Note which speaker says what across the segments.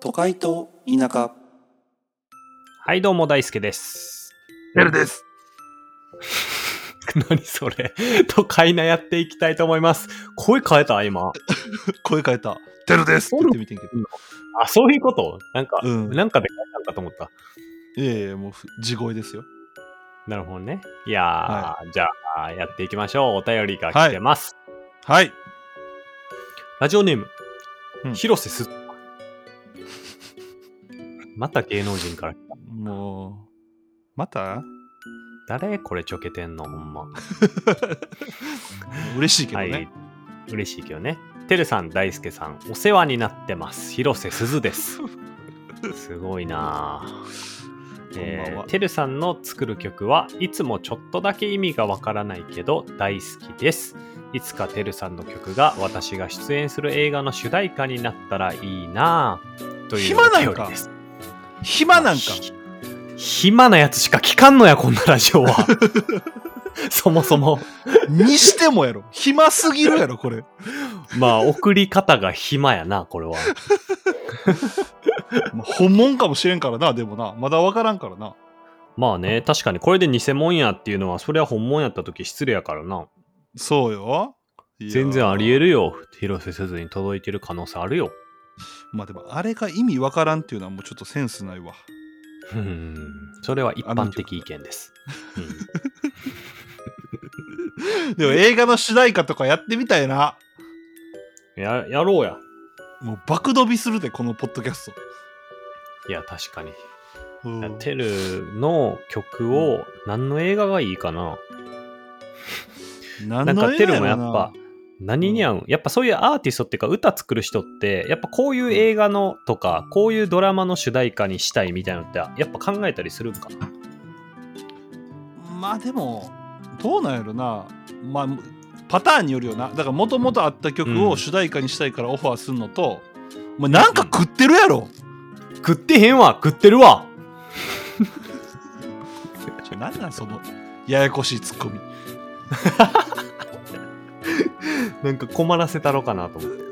Speaker 1: 都会と田舎
Speaker 2: はい、どうも、大輔です。
Speaker 3: ベルです。
Speaker 2: 何それ。都会なやっていきたいと思います。声変えた今。
Speaker 1: 声変えた
Speaker 3: テルです。
Speaker 1: 言ってみてんけど
Speaker 2: あ、そういうことなんか、
Speaker 1: うん
Speaker 2: なんかで変えたんかと思った。
Speaker 1: いやいやもうふ地声ですよ
Speaker 2: なるほどね。いやー、じゃあ、やっていきましょう。お便りが
Speaker 1: はい
Speaker 2: 来てます。
Speaker 1: はい
Speaker 2: ラジオネーム、
Speaker 1: うん
Speaker 2: 広瀬すず。また芸能人から。
Speaker 1: もうまた
Speaker 2: 誰これちょけてんのほんま。
Speaker 1: 嬉しいけど
Speaker 2: は
Speaker 1: ね、
Speaker 2: い。嬉しいけどね。てるさん、大輔さん、お世話になってます。広瀬すずです。 すごいなあえ
Speaker 1: こんばんは
Speaker 2: ーてるさんの作る曲はいつもちょっとだけ意味がわからないけど大好きです。いつかてるさんの曲が私が出演する映画の主題歌になったらいいなあという
Speaker 1: 暇なんか
Speaker 2: お便りです
Speaker 1: 暇なんか
Speaker 2: ひ暇なやつしか聞かんのやこんなラジオは そもそも
Speaker 1: にしてもやろ暇すぎるやろこれ
Speaker 2: まあ送り方が暇やなこれは
Speaker 1: まあ本物かもしれんからなでもなまだわからんからな
Speaker 2: まあ ね確かにこれで偽物やっていうのはそれは本物やった時失礼やからな
Speaker 1: そうよいや
Speaker 2: 全然ありえるよ広瀬すずに届いてる可能性あるよ
Speaker 1: まあでもあれが意味わからんっていうのはもうちょっとセンスないわ
Speaker 2: うんそれは一般的意見です、うん
Speaker 1: でも映画の主題歌とかやってみたいな
Speaker 2: ややろうや
Speaker 1: もう爆飛びするでこのポッドキャス
Speaker 2: いや確かに
Speaker 1: トうん
Speaker 2: テルの曲を何の映画がいいかなな
Speaker 1: 何
Speaker 2: ん
Speaker 1: の
Speaker 2: か
Speaker 1: 映
Speaker 2: テ
Speaker 1: 画
Speaker 2: ルもや
Speaker 1: やろ
Speaker 2: っ
Speaker 1: な
Speaker 2: ぱ何に合うやっぱそういうアーティストっていうか歌作る人ってやっぱこういう映画のとかこういうドラマの主題歌にしたいみたいなのってやっぱ考えたりするんかな
Speaker 1: まあでもどうなんやろなまあパターンによるよなだからもともとあった曲
Speaker 2: う
Speaker 1: を
Speaker 2: ん
Speaker 1: 主題歌にしたいからオファーするのと、お前なんか食ってるやろ、
Speaker 2: 食ってへんわ食ってるわ
Speaker 1: ちょなんなんそのややこしいツッコミ
Speaker 2: なんか困らせたろかなと思って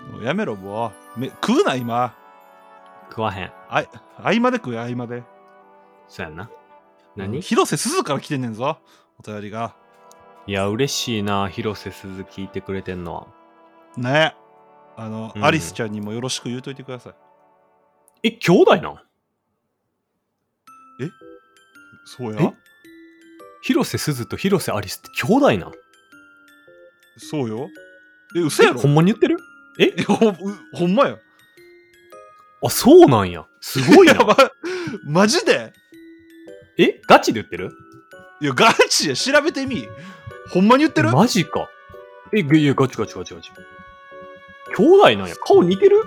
Speaker 1: もうやめろもうめ食うな今
Speaker 2: 食わへん
Speaker 1: あい合間で食え合間で
Speaker 2: そうやんな
Speaker 1: うん
Speaker 2: 何い
Speaker 1: 広瀬すずから来てんねんぞお便りが
Speaker 2: や嬉しいな広瀬すず聞いてくれてんのは
Speaker 1: ねあの、
Speaker 2: うん
Speaker 1: アリスちゃんにもよろしく言うといてください
Speaker 2: え兄弟なん
Speaker 1: そう
Speaker 2: え広瀬すずと広瀬アリスって兄弟なん
Speaker 1: そうよえ嘘や
Speaker 2: え
Speaker 1: ろ
Speaker 2: ほんまに言ってる
Speaker 1: えほうほんまや
Speaker 2: あそうなんやすごいな
Speaker 1: やばマジで
Speaker 2: えガチで言ってる
Speaker 1: いや、ガチや、調べてみ。ほんまに言ってる
Speaker 2: マジか。え、いや、ガチガチガチガチ。兄弟なんや。顔似てる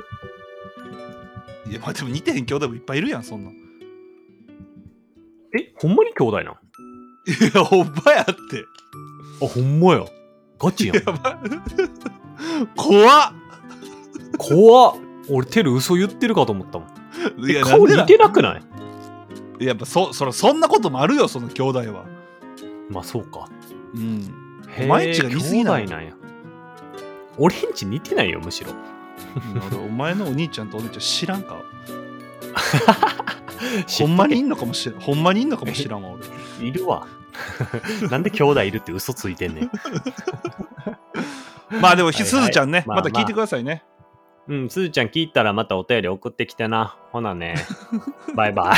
Speaker 1: いや、まあでも似てへん兄弟もいっぱいいるや ん、そんなん。い
Speaker 2: え、ほんまに兄弟なんあ、
Speaker 1: や、ほんまやって。
Speaker 2: ほんまや。ガチやん。
Speaker 1: 怖っ
Speaker 2: 怖っ。俺、テル嘘言ってるかと思ったもん。
Speaker 1: い
Speaker 2: え
Speaker 1: や、
Speaker 2: 顔似て
Speaker 1: る
Speaker 2: なくない
Speaker 1: やっぱそ、そら、そんなこともあるよ、その兄弟は。
Speaker 2: まあ、そうか。
Speaker 1: うん。
Speaker 2: へ
Speaker 1: 毎日が似すぎな
Speaker 2: ない兄弟なんや。俺んち似てないよ、むしろ。
Speaker 1: 俺お前のお兄ちゃんとお姉ちゃん知らんか
Speaker 2: 知っとけ
Speaker 1: ほんまにいんのかもしれん。ほんまにいんのかもしらんわ、俺。
Speaker 2: いる わ。なんで兄弟いるって嘘ついてんねん。
Speaker 1: まあでも、
Speaker 2: いは
Speaker 1: ひ
Speaker 2: い
Speaker 1: すずちゃんね、
Speaker 2: まあまあ
Speaker 1: また聞いてくださいね。
Speaker 2: うん、すずちゃん聞いたらまたお便り送ってきてな。ほな ね。バイバ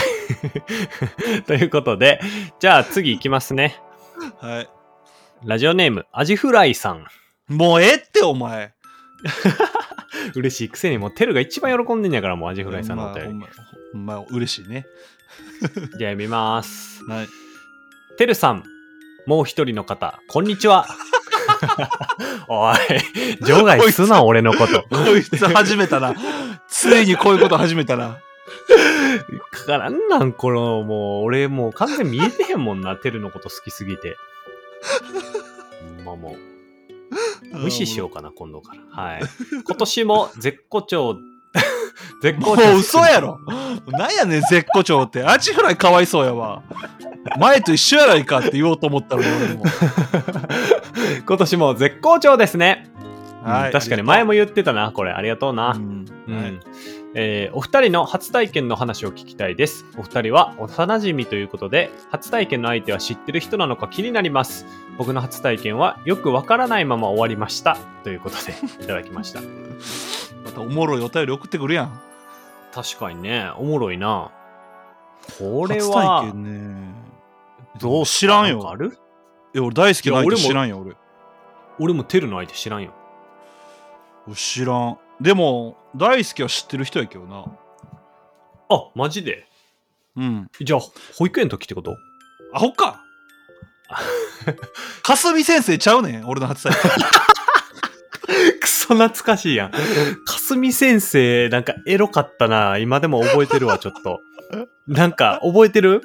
Speaker 2: イ。 ということで、じゃあ次行きますね。
Speaker 1: はい。
Speaker 2: ラジオネーム、アジフライさん。
Speaker 1: もうええって、お前。
Speaker 2: 嬉しいくせに、もうテルが一番喜んでんやから、もうアジフライさんのお
Speaker 1: ほ
Speaker 2: 便
Speaker 1: んま、ほんま、嬉しいね。
Speaker 2: り。じゃあ読みます。
Speaker 1: はい。
Speaker 2: テルさん、もう一人の方、こんにち は。おい、場外すな、俺のこと。
Speaker 1: こいつ始めたら、ついにこういうこと始めたら。
Speaker 2: からんなん、この、もう、俺もう完全見えてへんもんな、テルのこと好きすぎて。まあも う。無視しようかな、今度から。はい。今年も絶好 調、絶
Speaker 1: も
Speaker 2: 好
Speaker 1: う
Speaker 2: 調。
Speaker 1: 嘘やろなんやねん絶好調ってアジフライかわいそうやわ前と一緒やないかって言おうと思ったのに俺も
Speaker 2: 今年も絶好調ですね。
Speaker 1: はい
Speaker 2: うん確かに前
Speaker 1: も
Speaker 2: も言ってたな、これ。ありがとうな。うん。
Speaker 1: はい
Speaker 2: えーお二人の初体験の話を聞きたいです。お二人は幼馴染ということで、初体験の相手は知ってる人なのか気になります。僕の初体験はよくわからないまま終わりました。という ことで、いただきました。
Speaker 1: またおもろいお便り送ってくるやん
Speaker 2: 確かにね、おもろいな。これ
Speaker 1: 初
Speaker 2: は
Speaker 1: 体、験ね
Speaker 2: どう
Speaker 1: 知らんよ
Speaker 2: なんかある
Speaker 1: え俺大好
Speaker 2: い
Speaker 1: きな相手
Speaker 2: や俺も
Speaker 1: 知らんよ俺
Speaker 2: 俺もテルの相手知らんよ。
Speaker 1: 俺知らんでも大好きは知ってる人やけどな
Speaker 2: あ、マジで
Speaker 1: うん
Speaker 2: じゃあ、保育園の時ってこと
Speaker 1: あほっ かかすみ先生ちゃうねん俺の初体験
Speaker 2: くそ懐かしい やん。かすみ先生、なんかエロかったな。今でも覚えてるわ、ちょっと。なんか、覚えてる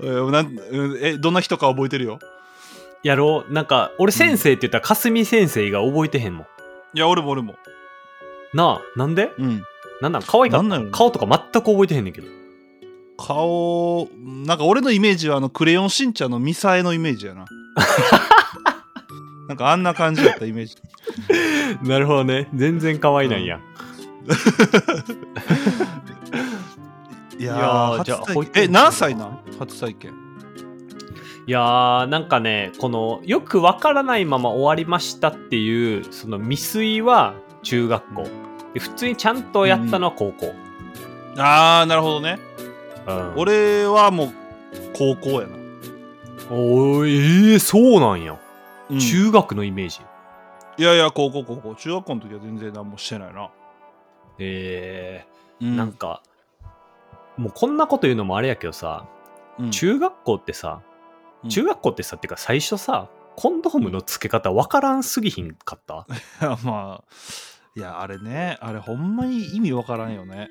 Speaker 1: えーなんうんえどんな人か覚えてるよ
Speaker 2: やろう。なんか、俺先生って言ったらかすみ先生が覚えてへんもん。
Speaker 1: いや俺も俺も
Speaker 2: なあ、なんで
Speaker 1: うん
Speaker 2: なんなん可愛かっ
Speaker 1: なんなんや
Speaker 2: た顔
Speaker 1: ろ
Speaker 2: とか全く覚えてへんねんけど。
Speaker 1: 顔なんか俺のイメージはあのクレヨンしんちゃんのミサエのイメージ やななんかあんな感じだったイメージ
Speaker 2: なるほどね。全然可愛ないやん。
Speaker 1: い
Speaker 2: やーじゃあ
Speaker 1: 初体験
Speaker 2: 保育園
Speaker 1: え何歳なん初体験
Speaker 2: いやー、なんかね、この、よくわからないまま終わりましたっていう、その未遂は中学校。で普通にちゃんとやったのは高校。
Speaker 1: ああなるほどね
Speaker 2: うん
Speaker 1: 俺はもう高校やな、
Speaker 2: おーえー、そうなんや。
Speaker 1: うんい
Speaker 2: 中学のイメージ。
Speaker 1: やいや高校高校中学校の時は全然何もしてないな、
Speaker 2: え
Speaker 1: う
Speaker 2: ー、
Speaker 1: ん
Speaker 2: なんか、もうこんなこと言うのもあれやけどさ、
Speaker 1: うん
Speaker 2: 中学校ってさ、
Speaker 1: うん
Speaker 2: 中学校ってさ、ってか最初さ、コンドームの付け方わからんすぎひんか った。
Speaker 1: いやまあいやあれねあれほんまに意味わからんよね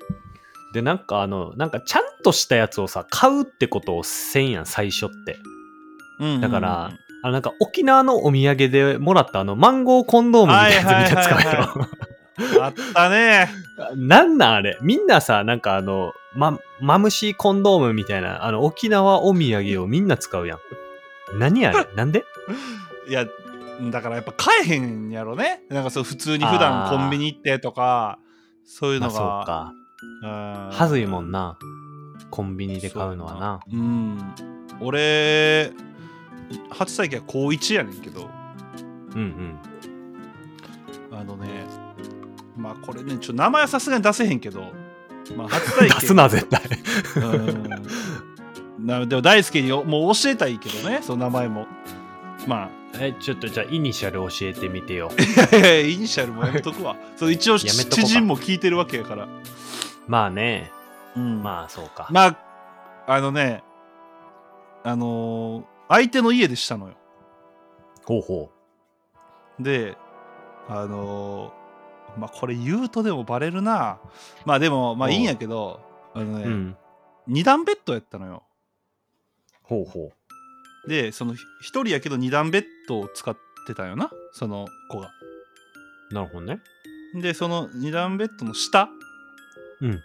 Speaker 2: で、なんかあの、なんかちゃんとしたやつをさ、買うってことをせんやん、最初って。
Speaker 1: うん
Speaker 2: だからあなんか沖縄のお土産でもらったあの、マンゴーコンドームみたいなやつみたいな使うや
Speaker 1: はいはい
Speaker 2: ろ。
Speaker 1: あったね
Speaker 2: なんなんあれみんなさ、なんかあの、ま、マムシコンドームみたいな、あの、沖縄お土産をみんな使うやん。何 あれなんで
Speaker 1: いやだからやっぱ買えへんやろねなんかそう普通に普
Speaker 2: あ
Speaker 1: 段
Speaker 2: ー
Speaker 1: コンビニ行ってとかそういう
Speaker 2: まあ
Speaker 1: の
Speaker 2: そう
Speaker 1: が、
Speaker 2: か。
Speaker 1: うん
Speaker 2: はずいもんな。コンビニで買うのはな。
Speaker 1: うん俺初体験は高1やねんけど
Speaker 2: うんうん。
Speaker 1: あのねまあこれねちょっと名前はさすがに出せへんけど、まあ、初体 験
Speaker 2: 出すな、 絶対。
Speaker 1: うんなでも大輔によもう教えたいけどねその名前もま
Speaker 2: え、ちょっとじゃあ、イニシャル教えてみて よ。
Speaker 1: あ いやいやイニシャルもやめ とくわそれ一応
Speaker 2: やめとこうか
Speaker 1: 知人も聞いてるわけやから、
Speaker 2: まあね。
Speaker 1: うん
Speaker 2: まあ、そうか。
Speaker 1: まああのねあのー相手の家でしたのよ
Speaker 2: ほうほ
Speaker 1: であのーまあこれ言うとでもバレるなまあでもまあ
Speaker 2: うん
Speaker 1: いいんやけどあのね、
Speaker 2: う。うん。
Speaker 1: 2段ベッドやったのよ
Speaker 2: ほうほ
Speaker 1: でその1人やけど2段ベッドを使ってたよなその子が
Speaker 2: う。なるほどね。
Speaker 1: でその2段ベッドの下
Speaker 2: うん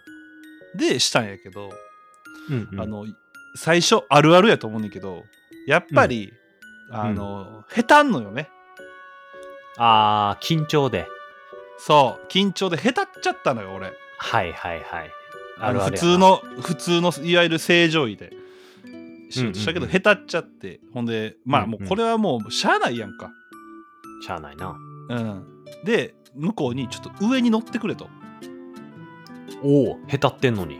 Speaker 1: でしたんやけど、
Speaker 2: うん、うん。
Speaker 1: あ、の最初あるあるやと思うねんだけどやっぱり、あの、下手んのよね
Speaker 2: あー、緊張で。
Speaker 1: そう緊張で下手っちゃったのよ俺
Speaker 2: はいはいはい。
Speaker 1: あ
Speaker 2: あ
Speaker 1: の
Speaker 2: るあ
Speaker 1: 普
Speaker 2: るやな
Speaker 1: 通。の普通のいわゆる正常位で仕事したけど
Speaker 2: うんうんう
Speaker 1: 下手っちゃって、ほんでまあ
Speaker 2: うんう
Speaker 1: も
Speaker 2: ん
Speaker 1: うこれはもうしゃあないやんか、
Speaker 2: しゃあないな。
Speaker 1: うん、で向こうにちょっと上に乗ってくれと
Speaker 2: おお、へたってんのに。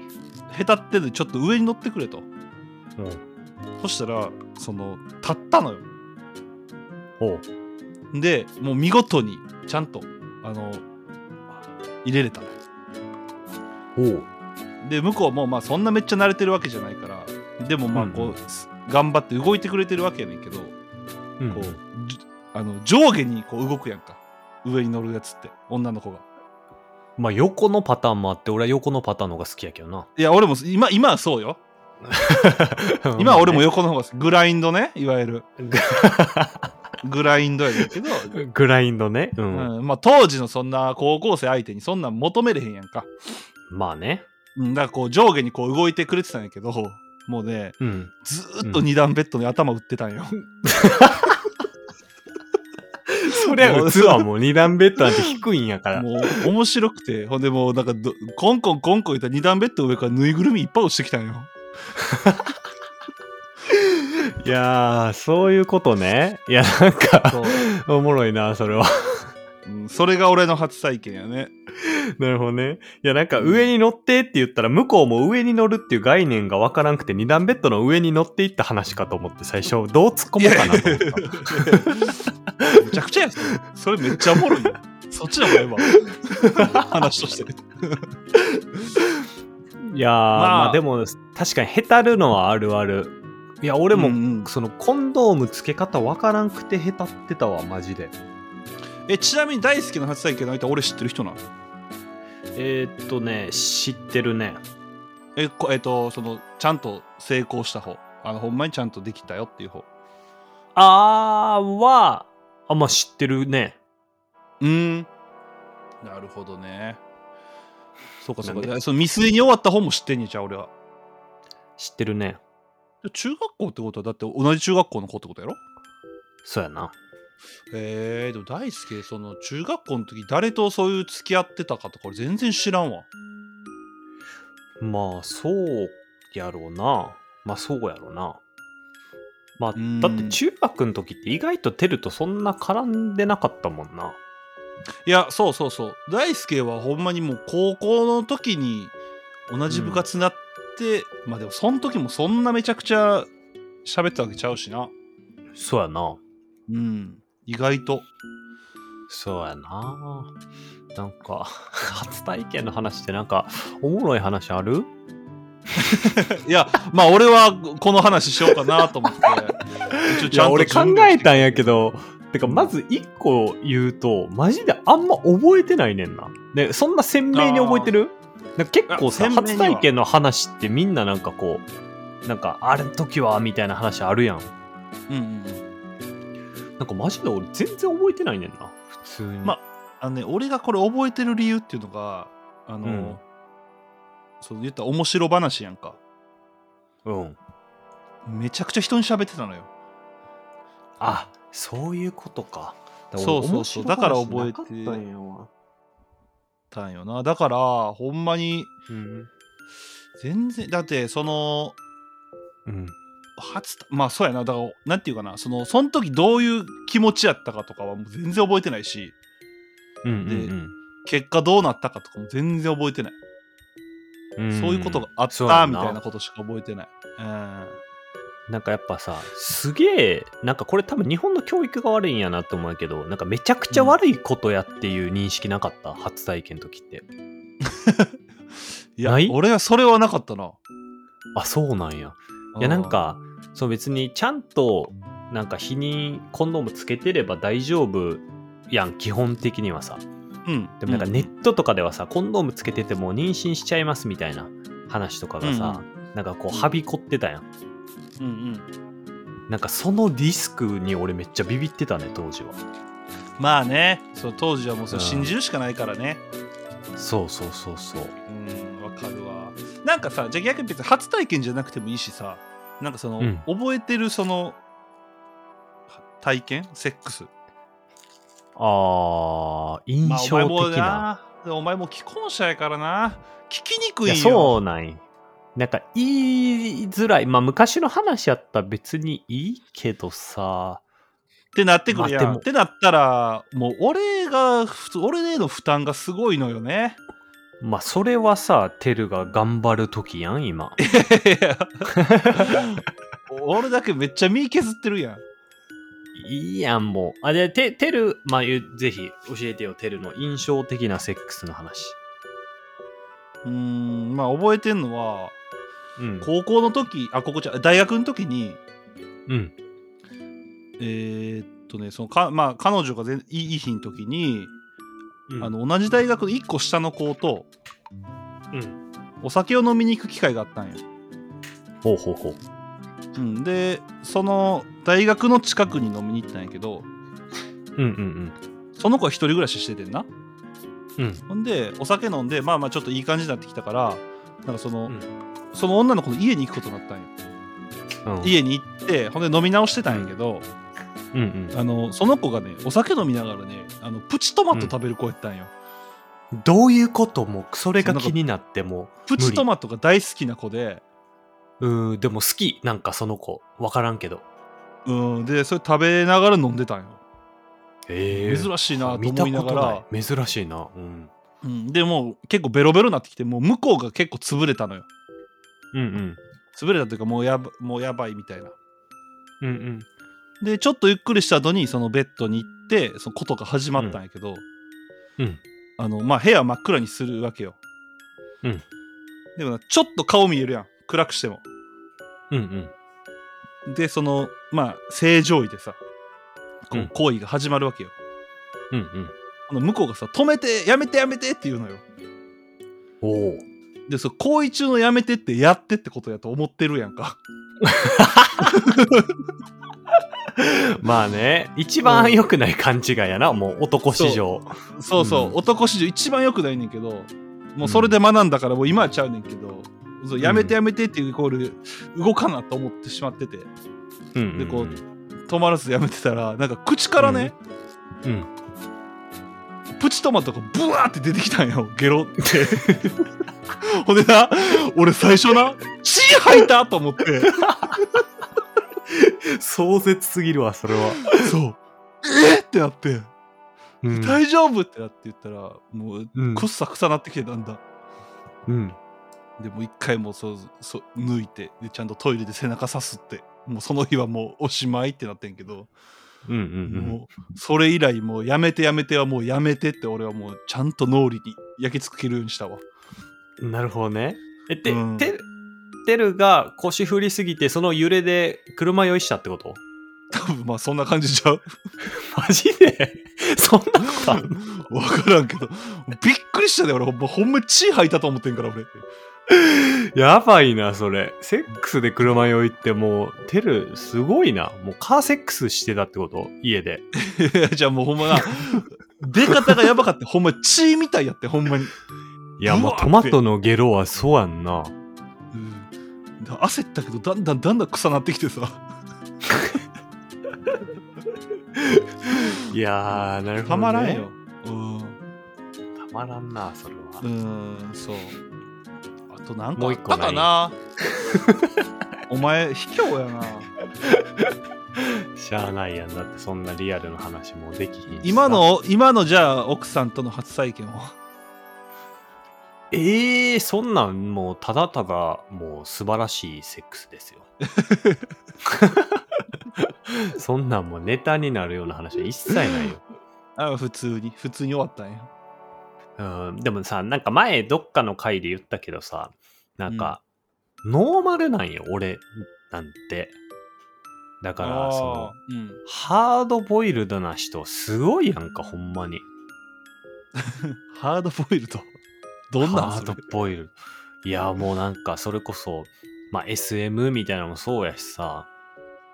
Speaker 1: 下手ってでちょっと上に乗ってくれと
Speaker 2: うん。
Speaker 1: そしたらその立ったのよ
Speaker 2: おう
Speaker 1: でもう見事にちゃんとあの入れれたのよ
Speaker 2: おう
Speaker 1: で向こうもまあそんなめっちゃ慣れてるわけじゃないからでもまあ
Speaker 2: う
Speaker 1: こう、
Speaker 2: んうん
Speaker 1: 頑張って動いてくれてるわけやねんけど、
Speaker 2: うん
Speaker 1: こうじあの上下にこう動くやんか上に乗るやつって女の子が
Speaker 2: まあ横のパターンもあって俺は横のパターンの方が好きやけど な
Speaker 1: いや俺も今今はそうよ今は俺 も横の方が好きグラインドねいわゆるグラインドやねんけど、
Speaker 2: グラインドねう、
Speaker 1: うんんまあ、当時のそんな高校生相手にそんなん求めれへんやんか、
Speaker 2: まあね
Speaker 1: うん、だからこう上下にこう動いてくれてたんやけどもうね
Speaker 2: うん
Speaker 1: ずーっと二段ベッドに頭打ってたんよ、
Speaker 2: そりゃ器も二段ベッドなんて低いんやから。
Speaker 1: もう面白くてほんでもうなんかどコンコンコンコンいったら二段ベッド上からぬいぐるみいっぱい落ちてきたんよ
Speaker 2: いやー、そういうことね。いや、なんか、おもろいな、それは。
Speaker 1: うんそれが俺の初体験やね
Speaker 2: なるほどね。いや、なんか上に乗ってって言ったら、向こうも上に乗るっていう概念がわからんくて、二段ベッドの上に乗っていった話かと思って、最初、どう突っ込もうかなと思った。
Speaker 1: めちゃくちゃやん それめっちゃおもろいよそっちの方がええわ 話として
Speaker 2: いやー、
Speaker 1: まあ
Speaker 2: まあでも、確かにへたるのはあるある。いや、俺
Speaker 1: で
Speaker 2: も、
Speaker 1: も
Speaker 2: そのコンドーム付け方わからんくてへたってたわ、マジで。
Speaker 1: えちなみに大好きな初体験の相手は俺知ってる人なの
Speaker 2: えー、っとね、知ってるね。
Speaker 1: えこえっとそのちゃんと成功した方あのほんまにちゃんとできたよっていう方
Speaker 2: あーは、あ、まあ知ってるね。
Speaker 1: うんなるほどねそうかそう
Speaker 2: なん
Speaker 1: か
Speaker 2: で
Speaker 1: でその未遂に終わった方も知ってんねんじゃん俺は
Speaker 2: 知ってるね。
Speaker 1: で中学校ってことはだって同じ中学校の子ってことやろ
Speaker 2: そうやな。
Speaker 1: えー、でも大輔その中学校の時誰とそういう付き合ってたかとか俺全然知らんわ
Speaker 2: まあ、そうやろうな。まあ、そうやろうな。まあ、
Speaker 1: うん
Speaker 2: だって中学の時って意外とテルとそんな絡んでなかったもんな。
Speaker 1: いやそうそうそう大輔はほんまにもう高校の時に同じ部活になって、まあでもその時もそんなめちゃくちゃ喋ってたわけちゃうしな
Speaker 2: そうやな。
Speaker 1: うん意外と
Speaker 2: そうやな。なんか、 初体験の話ってなんか、おもろい話ある
Speaker 1: いやまあ俺はこの話しようかなと思 って一応
Speaker 2: いや、俺考
Speaker 1: 準備
Speaker 2: えたんやけど、てか、まず一個言うと、マジであんま覚えてないねんな。ね、そんな鮮明に覚えてるなんか結構さ、
Speaker 1: あ鮮明に
Speaker 2: 初
Speaker 1: は
Speaker 2: 体験の話ってみんななんかこう、なんか、あれの時は、みたいな話あるやん。
Speaker 1: うんうんうん
Speaker 2: なんかマジで俺全然覚えてないねんな。普通に。
Speaker 1: まあのね俺がこれ覚えてる理由っていうのがあの、
Speaker 2: うん
Speaker 1: その言ったら面白話やんか
Speaker 2: うん。
Speaker 1: めちゃくちゃ人に喋ってたのよ
Speaker 2: あ、そういうことか。
Speaker 1: そうそうそうだから覚えて
Speaker 2: 面白い話なかったんやわ
Speaker 1: たんよなだからほんまに
Speaker 2: うん。
Speaker 1: 全然だってその
Speaker 2: うん。
Speaker 1: 初たまあそうやなだからなんていうかなそのその時どういう気持ちやったかとかはもう全然覚えてないし
Speaker 2: うん
Speaker 1: 結果どうなったかとかも全然覚えてない、
Speaker 2: うんうん、
Speaker 1: そういうことがあっ
Speaker 2: そうや
Speaker 1: た
Speaker 2: ん
Speaker 1: みたいなことしか覚えてないうん
Speaker 2: なんかやっぱさすげえなんかこれ多分日本の教育が悪いんやなって思うんやけどなんかめちゃくちゃ悪いことやっていう認識なかった、初体験の時って
Speaker 1: いや
Speaker 2: ない
Speaker 1: 俺はそれはなかったな
Speaker 2: あそうなんや
Speaker 1: い
Speaker 2: いやなんかそう別にちゃんとなんか避妊コンドームつけてれば大丈夫やん基本的にはさ
Speaker 1: うん
Speaker 2: でもなんかネットとかではさ、コンドームつけてても妊娠しちゃいますみたいな話とかがさ、なんかこうはびこってたやん
Speaker 1: うんうん
Speaker 2: なんかそのリスクに俺めっちゃビビってたね当時は
Speaker 1: まあねそう当時はもうそう
Speaker 2: うん
Speaker 1: 信じるしかないからね
Speaker 2: そうそうそうそう
Speaker 1: うんわかるわなんかさじゃあ逆に別に初体験じゃなくてもいいしさなんかその、
Speaker 2: うん
Speaker 1: 覚えてるそのは体験セックス
Speaker 2: ああ、印
Speaker 1: まあ、お前
Speaker 2: 象
Speaker 1: も
Speaker 2: 的な。
Speaker 1: なお前も既婚者やからな聞きに
Speaker 2: い
Speaker 1: くい
Speaker 2: や
Speaker 1: よ
Speaker 2: そうなんやなんか言いづらい。まあ昔の話やったら別にいいけどさ。
Speaker 1: ってなってくるやん、
Speaker 2: まあでも
Speaker 1: ってなったらもう俺がふつ俺への負担がすごいのよね
Speaker 2: まあそれはさ、テルが頑張る時やん、 今。
Speaker 1: 俺だけめっちゃ身削ってるやん
Speaker 2: いいやん、もう。あ、で、テテル、まあゆぜひ教えてよ、テルの印象的なセックスの話。
Speaker 1: うーんまあ覚えてんのは
Speaker 2: うん。
Speaker 1: 高校の時あ高校じゃ大学の時に
Speaker 2: うん。
Speaker 1: えーっとねそのかまあ彼女が全いい日の時に、
Speaker 2: うん
Speaker 1: あ、の同じ大学の1個下の子と
Speaker 2: うん。
Speaker 1: お酒を飲みに行く機会があったんよ
Speaker 2: ほうほうほう。
Speaker 1: うん、でその大学の近くに飲みに行ったんやけ
Speaker 2: う
Speaker 1: ど
Speaker 2: んうん
Speaker 1: その子は一人暮らししててんな
Speaker 2: うん。うん。
Speaker 1: ほんでお酒飲んでまあまあちょっといい感じになってきたからなんかその、
Speaker 2: うん
Speaker 1: その女の子の家に行くことになったんよ
Speaker 2: うん、
Speaker 1: 家に行ってほんで飲み直してたんやけど、
Speaker 2: ううんうん。
Speaker 1: あのその子がねお酒飲みながらねあのプチトマト食べる子やったんよ、
Speaker 2: どういうことも、それが気になっても。
Speaker 1: プチトマトが大好きな子で
Speaker 2: うん、でも好き。なんかその子。わからんけど。
Speaker 1: うんでそれ食べながら飲んでたんよ、
Speaker 2: ええ
Speaker 1: 珍しいなと
Speaker 2: 見た
Speaker 1: 思
Speaker 2: こ
Speaker 1: いなが
Speaker 2: と
Speaker 1: ら
Speaker 2: ない。珍しいな。うん。
Speaker 1: うん、でもう結構ベロベロになってきてもう向こうが結構潰れたのよ
Speaker 2: うん
Speaker 1: 潰れたというかもうやばもうやばいみたいな
Speaker 2: うん。うんうん。
Speaker 1: でちょっとゆっくりした後にそのベッドに行ってそのことが始まったんやけど、
Speaker 2: うん
Speaker 1: あのまあ部屋真っ暗にするわけよ、
Speaker 2: うん、
Speaker 1: でもなちょっと顔見えるやん暗くしても
Speaker 2: うんうん。
Speaker 1: でそのまあ正常位でさこ
Speaker 2: うん
Speaker 1: う行為が始まるわけよ、
Speaker 2: うんうん。
Speaker 1: あの向こうがさ「止めてやめてやめて」って言うのよ
Speaker 2: おお。
Speaker 1: でそう行為中のやめてってやってってことやと思ってるやんか
Speaker 2: まあね、一番良くない勘違いやな、もう男史上。
Speaker 1: そうそう、
Speaker 2: うん
Speaker 1: 男史上一番良くないねんけどもうそれで学んだからもう今はちゃうねんけど、そうやめてやめてっていうイコール動かなと思ってしまってて
Speaker 2: うんうんうん
Speaker 1: でこう止まらずやめてたらなんか口からね、
Speaker 2: うん。
Speaker 1: プチトマトがブワーって出てきたん よゲロって ほんでな俺最初な血吐いたと思って
Speaker 2: 壮絶すぎるわ、それは。
Speaker 1: そうえっってなって
Speaker 2: うん。
Speaker 1: 大丈夫ってなって言ったらもう
Speaker 2: うん
Speaker 1: くっさくさなってきてたんだ
Speaker 2: うん
Speaker 1: でもう一回もうそうそう抜いてでちゃんとトイレで背中さすってもうその日はもうおしまいってなってんけど、
Speaker 2: うんうん
Speaker 1: もうそれ以来もうやめてやめてはもうやめてって俺はもうちゃんと脳裏に焼き付けるようにしたわ
Speaker 2: うん。なるほどね。え、て、
Speaker 1: うん
Speaker 2: て、てるが腰振りすぎて、その揺れで車酔いしたってこと
Speaker 1: 多分まあそんな感じちゃう
Speaker 2: マジで そんなことあんの
Speaker 1: わからんけどびっくりしたで俺ほんまほんま血吐いたと思ってんから俺
Speaker 2: やばいな、それ。セックスで車酔いってもう、てる、すごいな。もうカーセックスしてたってこと家で。
Speaker 1: いやじゃあもうほんまな出方がやばかったほんま血みたいやってほんまに、
Speaker 2: いや、
Speaker 1: うわ
Speaker 2: まあ、トマトのゲロはそうやんな。
Speaker 1: うん、だ焦ったけどだんだんだんだん臭なってきてさ
Speaker 2: いやー、なるほど、ね。
Speaker 1: たまらんよ、。うん
Speaker 2: たまらんな、それは。
Speaker 1: うんそうあとなんか
Speaker 2: も
Speaker 1: あ
Speaker 2: う
Speaker 1: っ
Speaker 2: 一個
Speaker 1: たかな お前卑怯やな
Speaker 2: しゃあないやん。だって、そんなリアルな話もできひんしさ
Speaker 1: 今。 の今のじゃあ奥さんとの初再建を
Speaker 2: ええー、そんなん、もう、ただただ、もう、素晴らしいセックス ですよ。 そんなんもうネタになるような話は一切ないよ。
Speaker 1: あ普通に普通に終わったんや
Speaker 2: うん、でもさ、なんか前どっかの回で言ったけどさ、なんか、ノーマルなんよ、俺なんて。だから、その
Speaker 1: あ、ーうん
Speaker 2: ハードボイルドな人、すごいやんか、ほんまに。
Speaker 1: ハードボイルド。どんなん
Speaker 2: ハー
Speaker 1: それ
Speaker 2: ドボイルド。いや、もうなんか、それこそ、まあ、SM みたいなのもそうやしさ。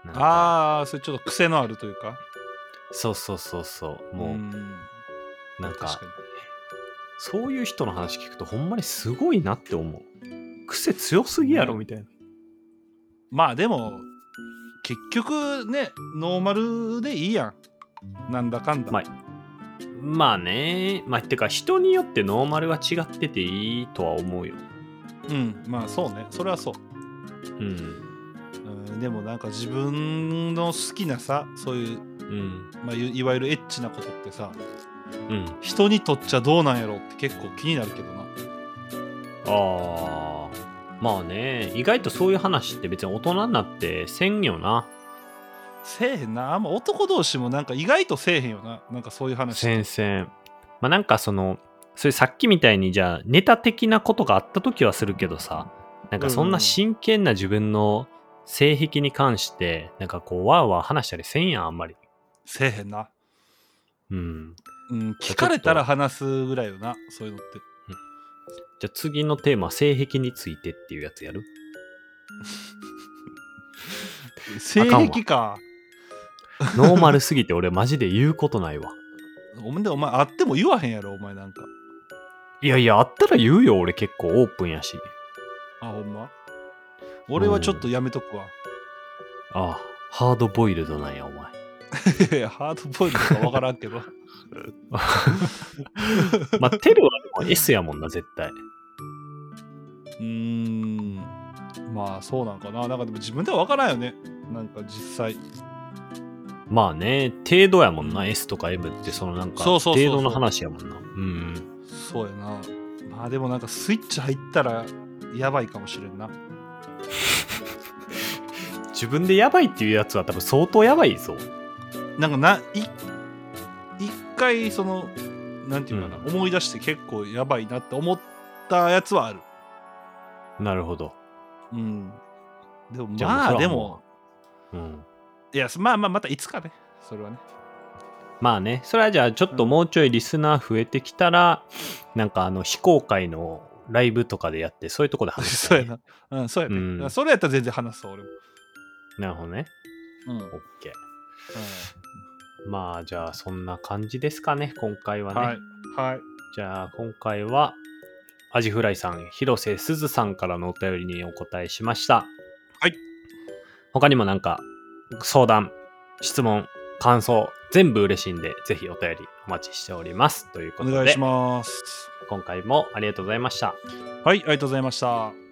Speaker 2: なんか
Speaker 1: ああ、それちょっと癖のあるというか。
Speaker 2: そうそうそうそう。もう、
Speaker 1: ん
Speaker 2: なんか、
Speaker 1: 確か
Speaker 2: そういう人の話聞くと、ほんまにすごいなって思う。癖強すぎやろ、みたいな。
Speaker 1: にまあでも、結局ね、ノーマルでいいやん。なんだかんだ。
Speaker 2: まあまあね、まあ、てか、人によってノーマルは違ってていいとは思うよ。
Speaker 1: うん、まあそうね。それはそう。
Speaker 2: うん。
Speaker 1: うん、でもなんか自分の好きなさ、そうい
Speaker 2: う
Speaker 1: う、
Speaker 2: ん。
Speaker 1: まあ、いいわゆるエッチなことってさ、
Speaker 2: うん。
Speaker 1: 人にとっちゃどうなんやろって結構気になるけどな。
Speaker 2: ああまあね意外とそういう話って別に大人になってせんよな
Speaker 1: せえへんな。あんま男同士もなんか意外とせえへんよな。なんかそういう話。
Speaker 2: 先生まあなんかそのそういうさっきみたいにじゃあネタ的なことがあった時はするけどさなんかそんな真剣な自分の性癖に関してなんかこうわーわー話したりせんやんあんまり
Speaker 1: せえへんな。
Speaker 2: うん
Speaker 1: うん、聞かれたら話すぐらいよな、そういうのって。
Speaker 2: じゃあ次のテーマ性癖についてっていうやつやる
Speaker 1: 性
Speaker 2: かんわ
Speaker 1: 癖か。
Speaker 2: ノーマルすぎて俺マジで言うことないわ
Speaker 1: お前でお前、あっても言わへんやろ、お前なんか。
Speaker 2: いやいやあったら言うよ俺結構オープンやし
Speaker 1: あ、ほんま。俺はちょっとやめとくわ。
Speaker 2: ああハードボイルドなんやお前
Speaker 1: いやいや、ハードボイルドかわからんけど。
Speaker 2: まあ、テルはでも S やもんな、絶対。
Speaker 1: うーん。まあ、そうなんかな。なんかでも自分ではわからんよね。なんか実際。
Speaker 2: まあね、程度やもんな、S とか M って、そのなんか、
Speaker 1: そう
Speaker 2: 程
Speaker 1: そうそうそう
Speaker 2: 度の話やもんな。うん。
Speaker 1: そうやな。まあでもなんかスイッチ入ったらやばいかもしれんな。
Speaker 2: 自分でやばいっていうやつは多分相当やばいぞ。
Speaker 1: なんかな、い一回その、なんていうかな、
Speaker 2: う
Speaker 1: 思い出して結構やばいなって思ったやつはある。
Speaker 2: なるほど。
Speaker 1: うん。でも
Speaker 2: じゃあもうそ
Speaker 1: ま
Speaker 2: れ
Speaker 1: あ
Speaker 2: は
Speaker 1: で
Speaker 2: も
Speaker 1: も、
Speaker 2: うん。
Speaker 1: いや、まあまあまたいつかね。それはね。
Speaker 2: まあね、それはじゃあちょっともうちょいリスナー増えてきたら、なんかあの、非公開のライブとかでやって、 そういうとこで話す、
Speaker 1: そうやな。うん、そうやね。
Speaker 2: うん
Speaker 1: だからそれやったら全然話すわ、俺も。
Speaker 2: なるほどね。
Speaker 1: うん。うん
Speaker 2: オッケー。まあじゃあそんな感じですかね、今回はね。
Speaker 1: はい。はい。
Speaker 2: じゃあ今回は、アジフライさん、広瀬すずさんからのお便りにお答えしました。
Speaker 1: はい。
Speaker 2: 他にもなんか、相談、質問、感想、全部嬉しいんで、ぜひお便りお待ちしております。というこ
Speaker 1: お
Speaker 2: とで、
Speaker 1: 願いします。
Speaker 2: 今回もありがとうございました。
Speaker 1: はい、ありがとうございました。